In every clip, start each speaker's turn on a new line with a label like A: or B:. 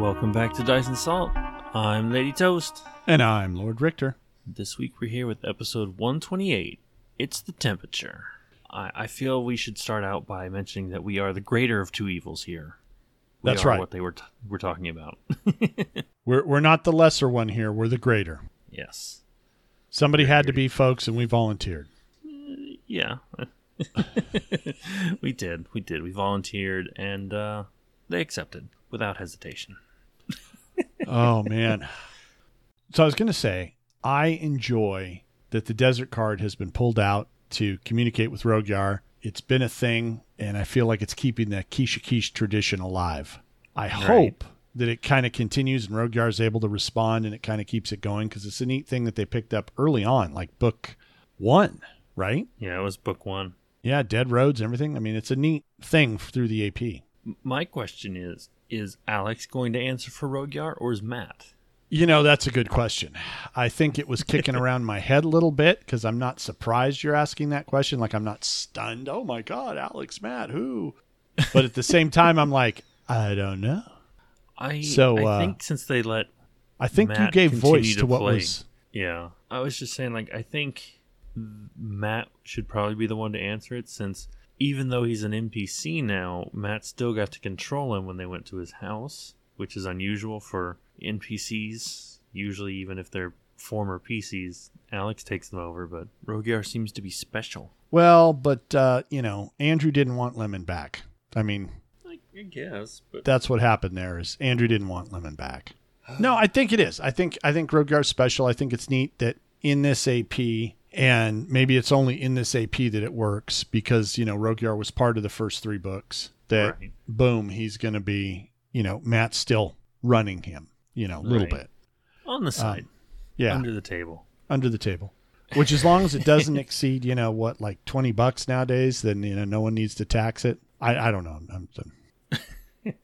A: Welcome back to Dice and Salt. I'm Lady Toast.
B: And I'm Lord Richter.
A: This week we're here with episode 128. It's the temperature. I, I feel we should start out by mentioning that we are the greater of two evils here. We
B: That's
A: are
B: right.
A: What they were t- we're talking about.
B: We're we're not the lesser one here. We're the greater.
A: yes.
B: Somebody had to be, folks, and we volunteered.
A: Yeah. we did. We did. We volunteered, and uh, they accepted without hesitation.
B: Oh man. So I was going to say I enjoy that the desert card has been pulled out to communicate with Rogyar. It's been a thing, and I feel like it's keeping the Keisha Keish tradition alive. I hope that it kind of continues and Rogyar is able to respond and it kind of keeps it going because it's a neat thing that they picked up early on, like book one, right?
A: Yeah, it was book one.
B: Yeah, dead roads and everything. I mean, it's a neat thing through the AP.
A: M- My question is: Is Alex going to answer for Rogyar, or is Matt?
B: You know, that's a good question. I think it was kicking around my head a little bit because I'm not surprised you're asking that question. Like, I'm not stunned. Oh my God, Alex, Matt, who? But at the same time, I'm like, I don't know.
A: I
B: So,
A: I
B: uh,
A: think since they let
B: I think you
A: Matt
B: gave
A: continue
B: voice
A: to
B: to what
A: play.
B: was.
A: Yeah. I was just saying, like, I think Matt should probably be the one to answer it since even though he's an NPC now, Matt still got to control him when they went to his house, which is unusual for NPCs. Usually, even if they're former PCs, Alex takes them over, but Rogier seems to be special.
B: Well, but, uh, you know, Andrew didn't want Lemon back. I mean,
A: I I guess, but
B: that's what happened there is Andrew didn't want Lemon back. No, I think it is. I think I think Rogar's special. I think it's neat that in this AP and maybe it's only in this AP that it works because, you know, Rogar was part of the first three books that
A: Right.
B: boom, he's going to be, you know, Matt's still running him, you know, a little
A: Right.
B: bit.
A: on the side,
B: Uh, Yeah, under,
A: under the table.
B: the table. Which as long as it doesn't exceed, you know, what like 20 bucks nowadays, then you know no one needs to tax it. I I don't know. I'm, I'm
A: Fair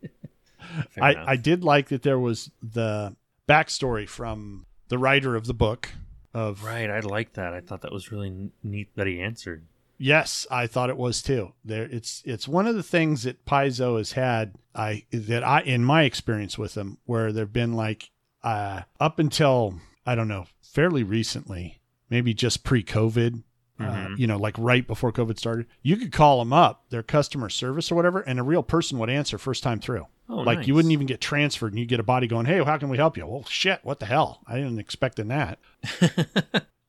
A: enough.
B: I, I did like that there was the backstory from the writer of the book of
A: right, I like that. I thought that was really n- neat that he answered.
B: yes i thought it was too there it's it's one of the things that paizo has had i that i in my experience with them where they've been like uh up until i don't know fairly recently maybe just pre-covid uh,
A: Mhm.
B: you know like right before covid started you could call them up their customer service or whatever and a real person would answer first time through
A: Oh,
B: like
A: nice.
B: you wouldn't even get transferred and you get a body going, Hey, how can we help you? Well, shit, what the hell? I didn't expecting that.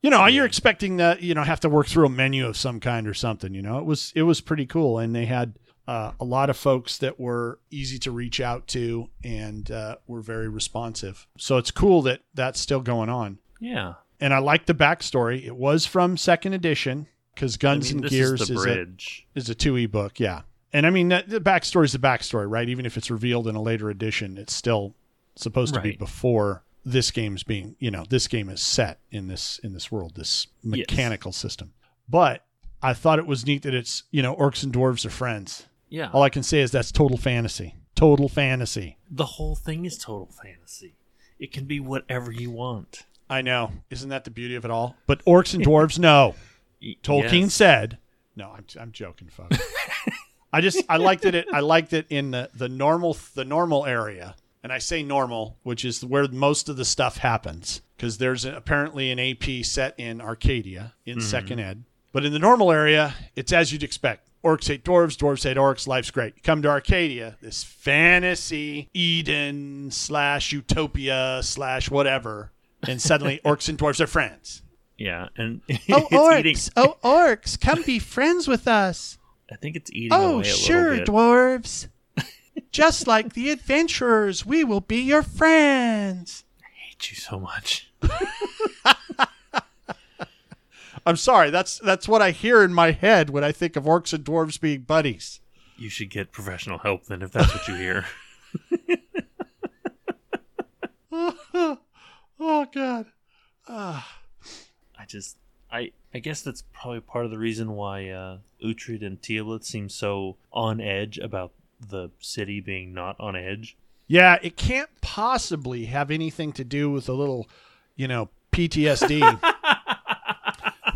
B: you know, you're expecting that, you know, have to work through a menu of some kind or something, you know, it was, it was pretty cool. And they had uh, a lot of folks that were easy to reach out to and uh, were very responsive. So it's cool that that's still going on.
A: Yeah.
B: And I like the backstory. It was from second edition because
A: I
B: Guns
A: mean,
B: and
A: this
B: Gears
A: is
B: is,
A: the
B: a,
A: bridge.
B: is a two e book, yeah. And I mean that the backstory is the backstory, right? Even if it's revealed in a later edition, it's still supposed to be
A: Right.
B: before this game's being, you know, this game is set in this in this world, this mechanical system. But I thought it was neat that it's, you know, orcs and dwarves are friends.
A: Yeah.
B: All I can say is that's total fantasy. Total fantasy.
A: the whole thing is total fantasy. It can be whatever you want.
B: I know. Isn't that the beauty of it all? But orcs and dwarves, no.
A: Y-
B: Tolkien
A: yes.
B: said. No, I'm, I'm joking, folks. I just I liked it. I liked it in the, the normal the normal area, and I say normal, which is where most of the stuff happens, because there's apparently an AP set in Arcadia in Second Ed, but in the normal area, it's as you'd expect. Orcs hate dwarves, dwarves hate orcs. Life's great. You come to Arcadia, this fantasy Eden slash utopia slash whatever, and suddenly orcs and dwarves are friends.
A: Yeah, and
B: Oh,
A: it's
B: orcs!
A: eating.
B: Oh, orcs! Come be friends with us.
A: I think it's eating
B: Oh,
A: away a
B: sure,
A: little bit.
B: dwarves. Just like the adventurers, we will be your friends.
A: I hate you so much.
B: I'm sorry. That's that's what I hear in my head when I think of orcs and dwarves being buddies.
A: You should get professional help then, if that's what you hear.
B: oh God. Ah.
A: I just, I, I guess that's probably part of the reason why uh, Uhtred and Tablet seem so on edge about the city being not on edge.
B: yeah, it can't possibly have anything to do with a little, you know, PTSD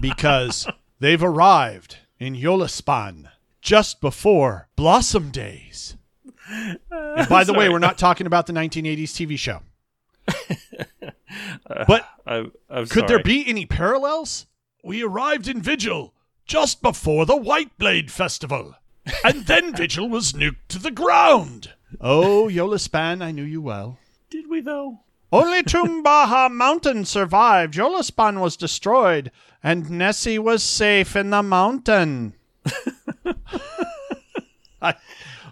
B: because they've arrived in Yolaspan just before Blossom Days. And by the way, we're not talking about the 1980s TV show. But
A: I, I'm
B: Could
A: sorry.
B: there be any parallels? We arrived in Vigil just before the White Blade Festival, and then Vigil was nuked to the ground. Oh, Yola Span, I knew you well.
A: Did we though?
B: Only Tumbaha Mountain survived. Yolaspan was destroyed, and Nessie was safe in the mountain. I,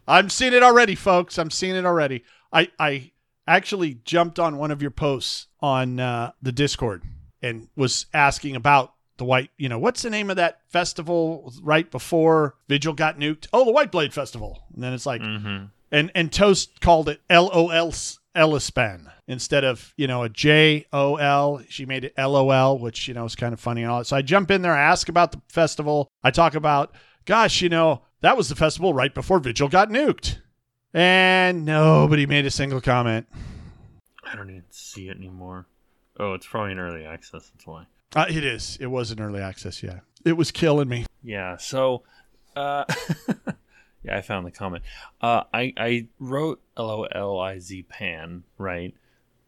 B: I'm seeing it already, folks. I'm seeing it already. I, I actually jumped on one of your posts on uh, the Discord and was asking about the white, you know, what's the name of that festival right before Vigil got nuked? Oh, the White Blade Festival. And then it's like,
A: Mm-hmm.
B: and and Toast called it L O L Ellispan instead of you know a J O L. She made it L O L, which you know is kind of funny. and all that. So I jump in there, I ask about the festival. I talk about, gosh, you know that was the festival right before Vigil got nuked, and nobody made a single comment.
A: I don't even see it anymore. Oh, it's probably an early access. That's why.
B: Uh, it is. It was an early access. Yeah, it was killing me.
A: Yeah. So, uh, yeah, I found the comment. Uh, I I wrote L O L I Z pan right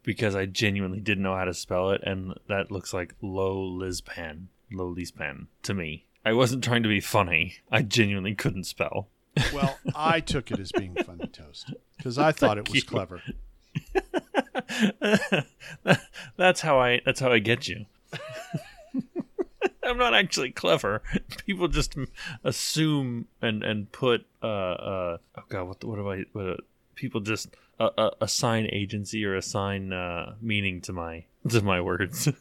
A: because I genuinely didn't know how to spell it, and that looks like low lizpan, low lizpan to me. I wasn't trying to be funny. I genuinely couldn't spell.
B: Well, I took it as being funny toast because I thought it was
A: you.
B: clever.
A: that's how I that's how I get you. I'm not actually clever. People just m- assume and and put uh uh oh god what the- what do I what, uh, people just uh, uh, assign agency or assign uh meaning to my to my words.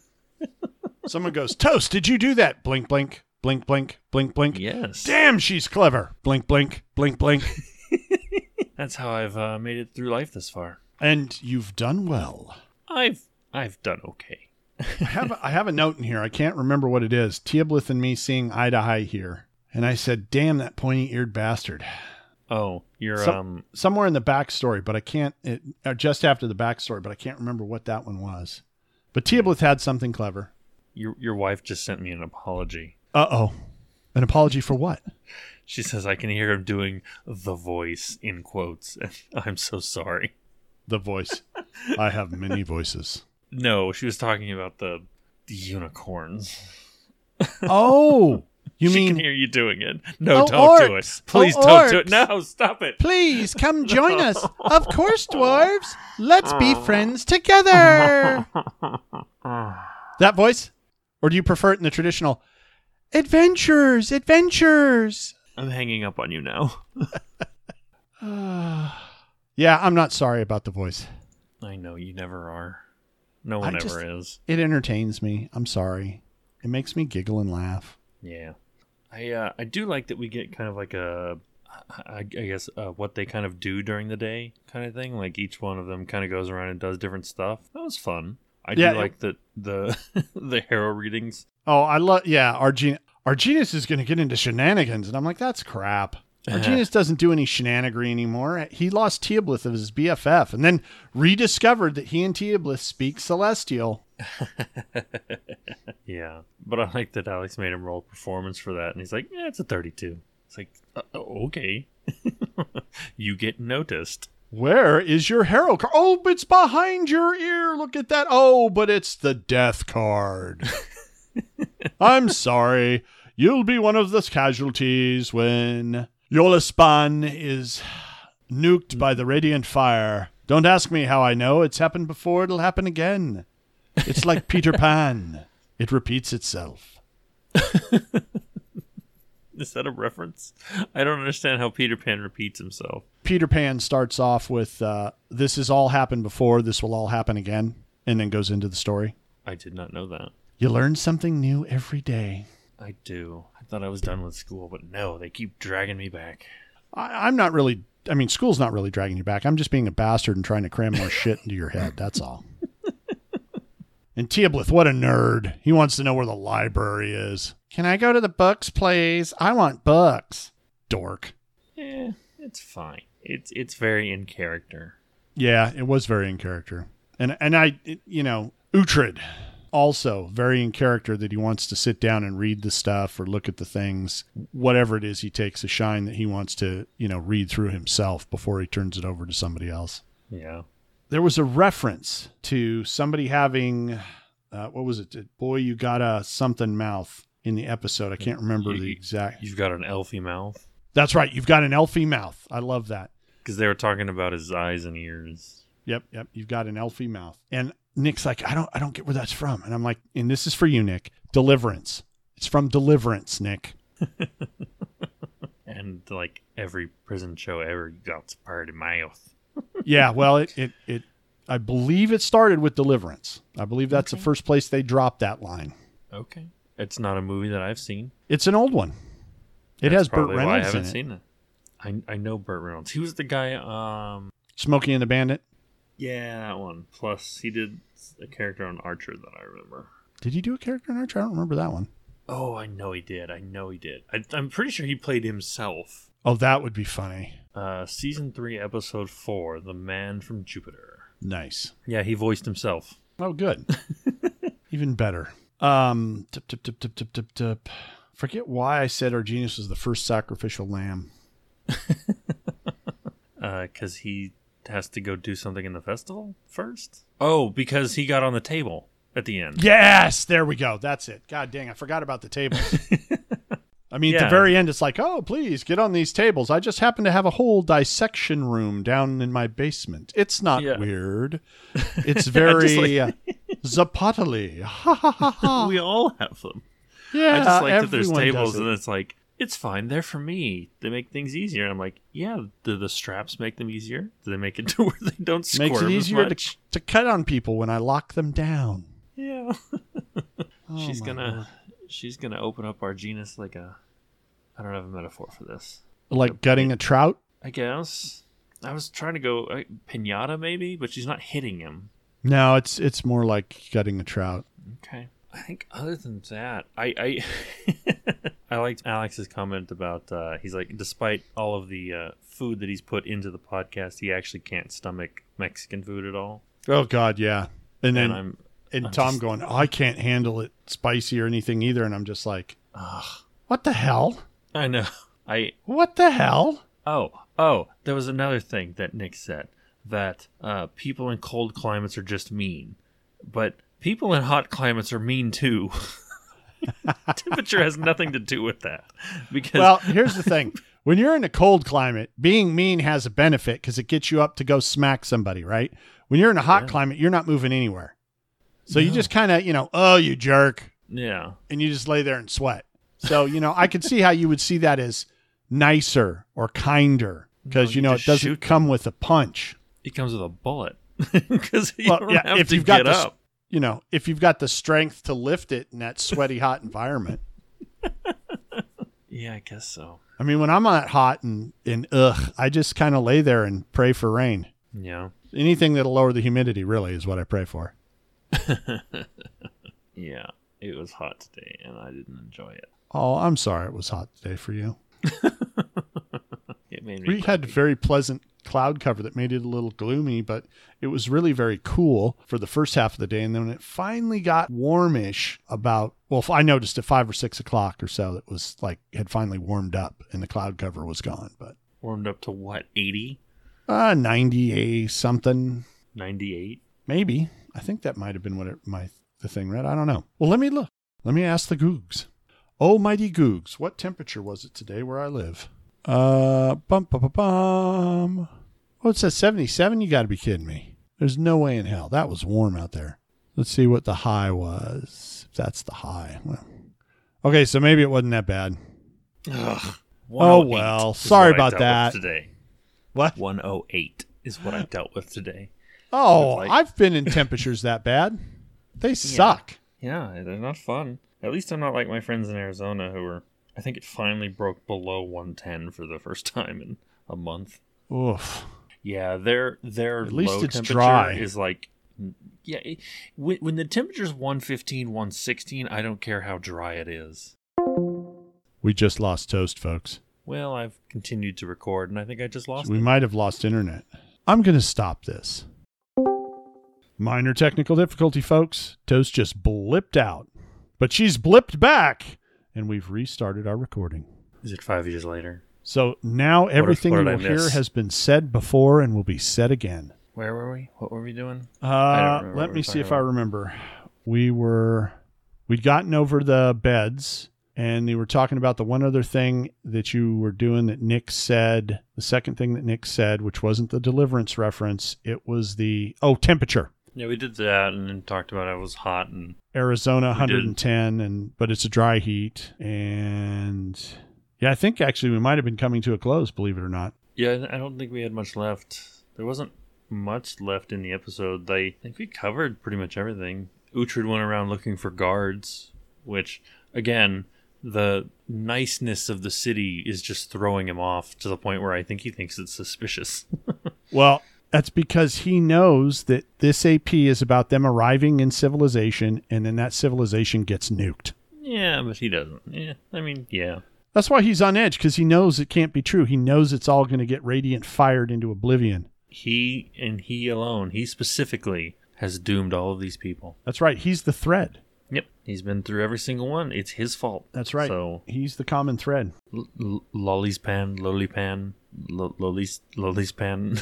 B: Someone goes, Toast, did you do that? Blink, blink, blink, blink, blink, blink.
A: yes.
B: Damn, she's clever. Blink, blink, blink, blink.
A: That's how I've uh, made it through life this far.
B: and you've done well.
A: I've I've done okay.
B: I have, a, I have a note in here. I can't remember what it is. Tiablith and me seeing eye to eye here. And I said, damn, that pointy eared bastard.
A: Oh, you're
B: So-
A: um
B: Somewhere in the backstory, but I can't, it, or just after the backstory, but I can't remember what that one was. But Tiablith had something clever.
A: your your wife just sent me an apology.
B: Uh oh. An apology for what?
A: She says, I can hear him doing the voice in quotes. And I'm so sorry.
B: The voice. I have many voices.
A: No, she was talking about the, the unicorns.
B: Oh, you
A: she
B: mean
A: can hear you doing it. No,
B: Oh,
A: don't do
B: orcs.
A: it. Please
B: Oh,
A: don't do it.
B: orcs.
A: No, stop it.
B: Please come join us. Of course, dwarves. Let's be friends together. that voice? Or do you prefer it in the traditional adventures, adventures?
A: I'm hanging up on you now.
B: yeah, I'm not sorry about the voice.
A: I know you never are. No
B: I
A: one
B: just-
A: ever is.
B: It entertains me. I'm sorry. It makes me giggle and laugh.
A: Yeah, I uh, I do like that we get kind of like a I I guess uh, what they kind of do during the day kind of thing. Like each one of them kind of goes around and does different stuff. That was fun. I
B: Yeah, it-
A: do like that the the hero readings.
B: Oh, I love yeah, Argin Arginus is gonna get into shenanigans, and I'm like, that's crap. Arginus doesn't do any shenanigans anymore. He lost Teoblith of his BFF, and then rediscovered that he and Teoblith speak Celestial.
A: Yeah, but I like that Alex made him roll performance for that, and he's like, "Yeah, it's a 32." It's like, uh, okay, you get noticed.
B: Where is your hero card? Oh, it's behind your ear. Look at that. Oh, but it's the death card. I'm sorry. You'll be one of the casualties when Yolaspan is nuked by the radiant fire. Don't ask me how I know. It's happened before. It'll happen again. It's like Peter Pan. It repeats itself.
A: Is that a reference? I don't understand how Peter Pan repeats himself.
B: Peter Pan starts off with uh, "This has all happened before. This will all happen again," and then goes into the story.
A: I did not know that.
B: You learn something new every day.
A: I do. I thought I was done with school, but no, they keep dragging me back.
B: I, I'm not really. I mean, school's not really dragging you back. I'm just being a bastard and trying to cram more shit into your head. That's all. And Tiablith, what a nerd. He wants to know where the library is. Can I go to the books, please? I want books. Dork.
A: Eh, it's fine. It's it's very in character.
B: Yeah, it was very in character. And and I, it- you know, Uhtred. also very in character that he wants to sit down and read the stuff or look at the things, whatever it is he takes a shine that he wants to, you know, read through himself before he turns it over to somebody else.
A: Yeah.
B: There was a reference to somebody having, uh, what was it? Boy, you got a something mouth in the episode. I can't remember the exact.
A: You've got an elfy mouth
B: That's right. You've got an elfie mouth. I love that.
A: because they were talking about his eyes and ears.
B: Yep, yep. You've got an elfie mouth. And Nick's like, I don't I don't get where that's from. And I'm like, and this is for you, Nick. Deliverance. It's from Deliverance, Nick.
A: And like every prison show ever, you got part of mouth.
B: yeah, well, it, it it I believe it started with Deliverance. I believe that's the first place they dropped that line.
A: Okay. It's not a movie that I've seen.
B: It's an old one. It
A: That's
B: has Burt
A: probably why I
B: Reynolds in
A: haven't
B: it.
A: seen it. I I know Burt Reynolds. He was the guy. Um.
B: Smokey and the Bandit.
A: Yeah, that one. Plus, he did a character on Archer that I remember.
B: Did he do a character in Archer? I don't remember that one.
A: Oh, I know he did. I know he did. I, I'm pretty sure he played himself.
B: Oh, that would be funny.
A: Uh, season three, episode four, "The Man from Jupiter."
B: Nice.
A: Yeah, he voiced himself.
B: Oh, good. Even better. Um, tip, tip, tip, tip, tip, tip, tip. Forget why I said our genius was the first sacrificial lamb.
A: because uh, he has to go do something in the festival first. Oh, because he got on the table at the end.
B: Yes, there we go. That's it. God dang, I forgot about the tables. I mean, at
A: Yeah.
B: the very end, it's like, oh, please get on these tables. I just happen to have a whole dissection room down in my basement. It's not
A: Yeah.
B: weird. It's
A: just
B: very uh Zapatali. Ha ha ha ha.
A: We all have them.
B: Yeah,
A: I just like that there's
B: everyone does
A: tables
B: it.
A: and it's like it's fine. They're for me. They make things easier. And I'm like, yeah. Do the straps make them easier? Do they make it to where they don't squirm
B: makes it
A: as
B: easier
A: much?
B: to, to cut on people when I lock them down.
A: Yeah.
B: Oh,
A: she's
B: my
A: gonna
B: Lord.
A: she's gonna open up our genus like a. I don't have a metaphor for this.
B: like gutting a trout.
A: I guess I was trying to go uh, pinata maybe, but she's not hitting him.
B: No, it's it's more like gutting a trout.
A: Okay. I think other than that, I I, I liked Alex's comment about uh, he's like despite all of the uh, food that he's put into the podcast, he actually can't stomach Mexican food at all.
B: Oh God, yeah. And then
A: And I'm
B: and
A: I'm
B: Tom
A: just-
B: going, oh, I can't handle it spicy or anything either. And I'm just like,
A: ugh,
B: what the hell?
A: I know I
B: What the hell?
A: oh oh there was another thing that Nick said that uh, people in cold climates are just mean, but people in hot climates are mean too. Temperature has nothing to do with that because
B: Well, here's the thing. When you're in a cold climate, being mean has a benefit because it gets you up to go smack somebody, right? When you're in a hot
A: Yeah.
B: climate, you're not moving anywhere. So you
A: No.
B: just kind of, you know, oh, you jerk.
A: yeah
B: And you just lay there and sweat. So, you know, I could see how you would see that as nicer or kinder
A: No,
B: because, you,
A: you
B: know, it
A: just
B: doesn't
A: shoot
B: come with a punch.
A: It comes with a bullet because you
B: Well,
A: don't
B: yeah,
A: have
B: if
A: to
B: you've
A: get
B: got the s-
A: up.
B: you know, if you've got the strength to lift it in that sweaty, hot environment.
A: Yeah, I guess so.
B: I mean, when I'm not hot and, and ugh, I just kind of lay there and pray for rain.
A: Yeah,
B: Anything that'll lower the humidity, really, is what I pray for.
A: yeah. It was hot today, and I didn't enjoy it.
B: Oh, I'm sorry it was hot today for you.
A: It made me.
B: We had very pleasant cloud cover that made it a little gloomy, but it was really very cool for the first half of the day. And then when it finally got warmish about, well, if I noticed at five or six o'clock or so, it was like, had finally warmed up and the cloud cover was gone, but
A: warmed up to what 80,
B: uh, 90 a something.
A: 98.
B: Maybe. I think that might have been what it, my the thing read. I don't know. Well, let me look. Let me ask the Googs. Oh, mighty Googs, what temperature was it today where I live? Uh, bum, bum, bum, bum. Oh, it says 77? You got to be kidding me. There's no way in hell. That was warm out there. Let's see what the high was. If that's the high. Well, okay, so maybe it wasn't that bad.
A: Ugh.
B: Oh,
A: 108
B: well.
A: is
B: Sorry
A: what I
B: about
A: dealt with
B: that.
A: Today,
B: What?
A: 108 is what I dealt with today.
B: Oh,
A: Like-
B: I've been in temperatures that bad. They suck.
A: Yeah, they're not fun. At least I'm not like my friends in Arizona who were. I think it finally broke below 110 for the first time in a month.
B: Oof.
A: Yeah, their their
B: At least
A: low
B: it's
A: temperature
B: dry.
A: is like yeah, it, when, when the temperature's 115, 116, I don't care how dry it is.
B: We just lost toast, folks.
A: Well, I've continued to record and I think I just lost
B: We
A: it.
B: might have lost internet. I'm going to stop this. Minor technical difficulty, folks. Toast just blipped out, but she's blipped back, and we've restarted our recording.
A: Is it five years later?
B: So now everything
A: what
B: you
A: did
B: will
A: I
B: hear
A: miss?
B: has been said before and will be said again.
A: Where were we? What were we doing? don't
B: Uh,
A: remember
B: let
A: what
B: me
A: we're
B: see
A: talking
B: if I
A: about.
B: remember. We were we'd gotten over the beds and they were talking about the one other thing that you were doing that Nick said, the second thing that Nick said, which wasn't the deliverance reference, it was the oh, temperature.
A: Yeah, we did that and then talked about I was hot and
B: Arizona
A: We did.
B: 110 and but it's a dry heat and yeah, I think actually we might have been coming to a close, believe it or not.
A: yeah, I don't think we had much left. There wasn't much left in the episode. They I think we covered pretty much everything. Uhtred went around looking for guards, which again, the niceness of the city is just throwing him off to the point where I think he thinks it's suspicious.
B: Well, that's because he knows that this AP is about them arriving in civilization and then that civilization gets nuked.
A: yeah, but he doesn't. Yeah, I mean, yeah.
B: That's why he's on edge because he knows it can't be true. He knows it's all going to get radiant fired into oblivion.
A: He and he alone, he specifically has doomed all of these people.
B: That's right. He's the thread.
A: Yep, he's been through every single one. It's his fault.
B: That's right.
A: So
B: He's the common thread.
A: L- L- Lolly's pan, lolly pan, L- lolly's lolly's pan.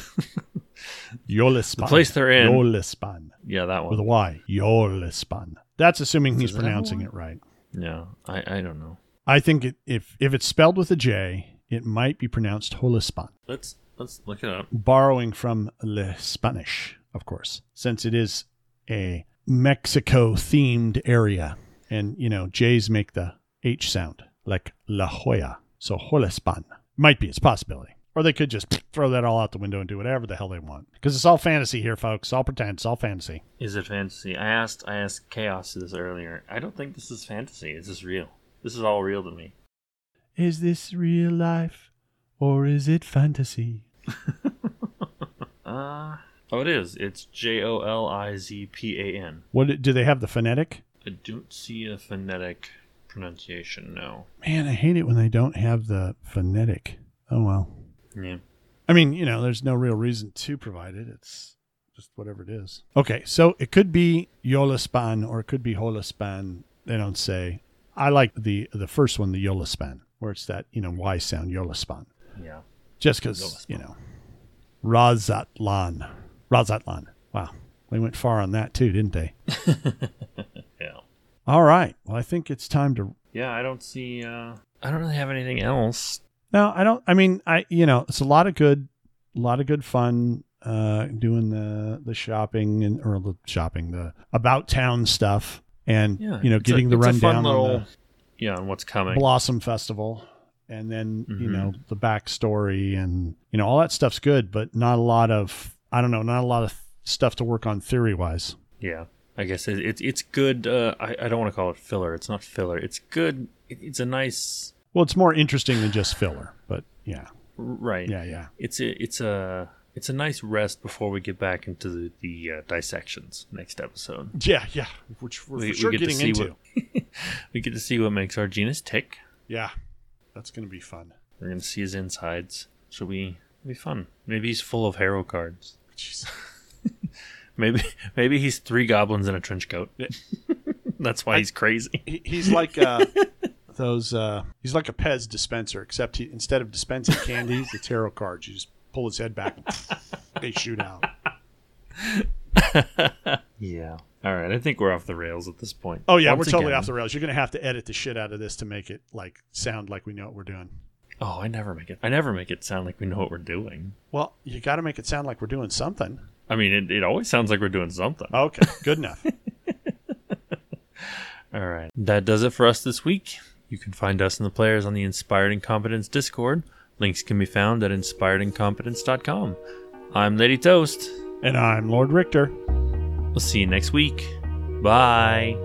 B: Yolispan.
A: The place they're in.
B: Yolispan.
A: yeah, that
B: With a
A: one.
B: Y. Yolispan. That's assuming he's
A: Is that
B: pronouncing
A: one?
B: it right.
A: Yeah, I I don't know.
B: I think it, if, if it's spelled with a J, it might be pronounced Holispan.
A: Let's let's look it up.
B: borrowing from Le Spanish, of course, since it is a Mexico themed area. And, you know, J's make the H sound, like La Jolla. So, Holespan might be its possibility. Or they could just throw that all out the window and do whatever the hell they want. Because it's all fantasy here, folks. It's all pretend. It's all fantasy.
A: Is it fantasy? I asked I asked Chaos this earlier. I don't think this is fantasy. This is real. This is all real to me.
B: Is this real life or is it fantasy?
A: Uh oh, it is. It's J O L I Z P A N.
B: What do they have the phonetic?
A: I don't see a phonetic pronunciation. No.
B: Man, I hate it when they don't have the phonetic. Oh well.
A: Yeah.
B: I mean, you know, there's no real reason to provide it. It's just whatever it is. Okay, so it could be Yolaspan or it could be Holaspan. They don't say. I like the the first one, the Yolaspan, where it's that you know Y sound Yolaspan,
A: Yeah.
B: just because
A: Yolaspan.
B: you know Razatlan, Razatlan. Wow, they went far on that too, didn't they?
A: Yeah.
B: All right. Well, I think it's time to
A: Yeah. I don't see. uh I don't really have anything else
B: No, I don't. I mean, I you know, it's a lot of good, a lot of good fun uh, doing the the shopping and or the shopping the about town stuff and
A: yeah,
B: you know
A: it's a-
B: getting the
A: it's a fun
B: rundown
A: little-
B: on
A: yeah, on what's
B: the
A: coming.
B: Blossom Festival and then you
A: Mhm.
B: know the backstory and you know all that stuff's good, but not a lot of I don't know, not a lot of stuff to work on theory wise.
A: yeah, I guess it, it's it's good. Uh, I I don't want to call it filler. It's not filler. It's good. It, it's a nice
B: Well, it's more interesting than just filler, but yeah,
A: right.
B: yeah, yeah.
A: It's a it's a it's a nice rest before we get back into the, the uh, dissections next episode.
B: Yeah, yeah, which we're
A: We-
B: for
A: we
B: sure
A: get to
B: getting
A: see
B: into.
A: what- We get to see what makes our genus tick.
B: Yeah, that's gonna be fun.
A: We're gonna see his insides. Should be be fun. Maybe he's full of harrow cards.
B: Jeez.
A: Maybe maybe he's three goblins in a trench coat. That's why he's crazy.
B: He- he's like uh, those. Uh, he's like a Pez dispenser, except he, instead of dispensing candies, the tarot cards. You just pull his head back, and they shoot out.
A: Yeah. All right. I think we're off the rails at this point.
B: Oh yeah,
A: Once
B: we're totally
A: again-
B: off the rails. You're gonna have to edit the shit out of this to make it like sound like we know what we're doing.
A: Oh, I never make it. I never make it sound like we know what we're doing.
B: Well, you got to make it sound like we're doing something.
A: I mean, it, it always sounds like we're doing something.
B: Okay, good enough.
A: All right. That does it for us this week. You can find us and the players on the Inspired Incompetence Discord. Links can be found at inspiredincompetence.com. I'm Lady Toast.
B: and I'm Lord Richter.
A: We'll see you next week. Bye.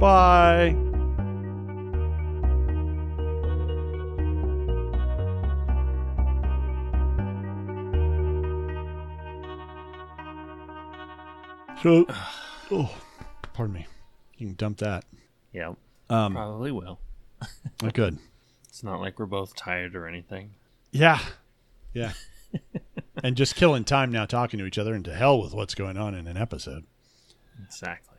B: Bye. So, oh, pardon me. You can dump that.
A: Yeah,
B: Um,
A: probably will.
B: I could.
A: It's not like we're both tired or anything.
B: Yeah, yeah. and just killing time now talking to each other, and to hell with what's going on in an episode.
A: Exactly.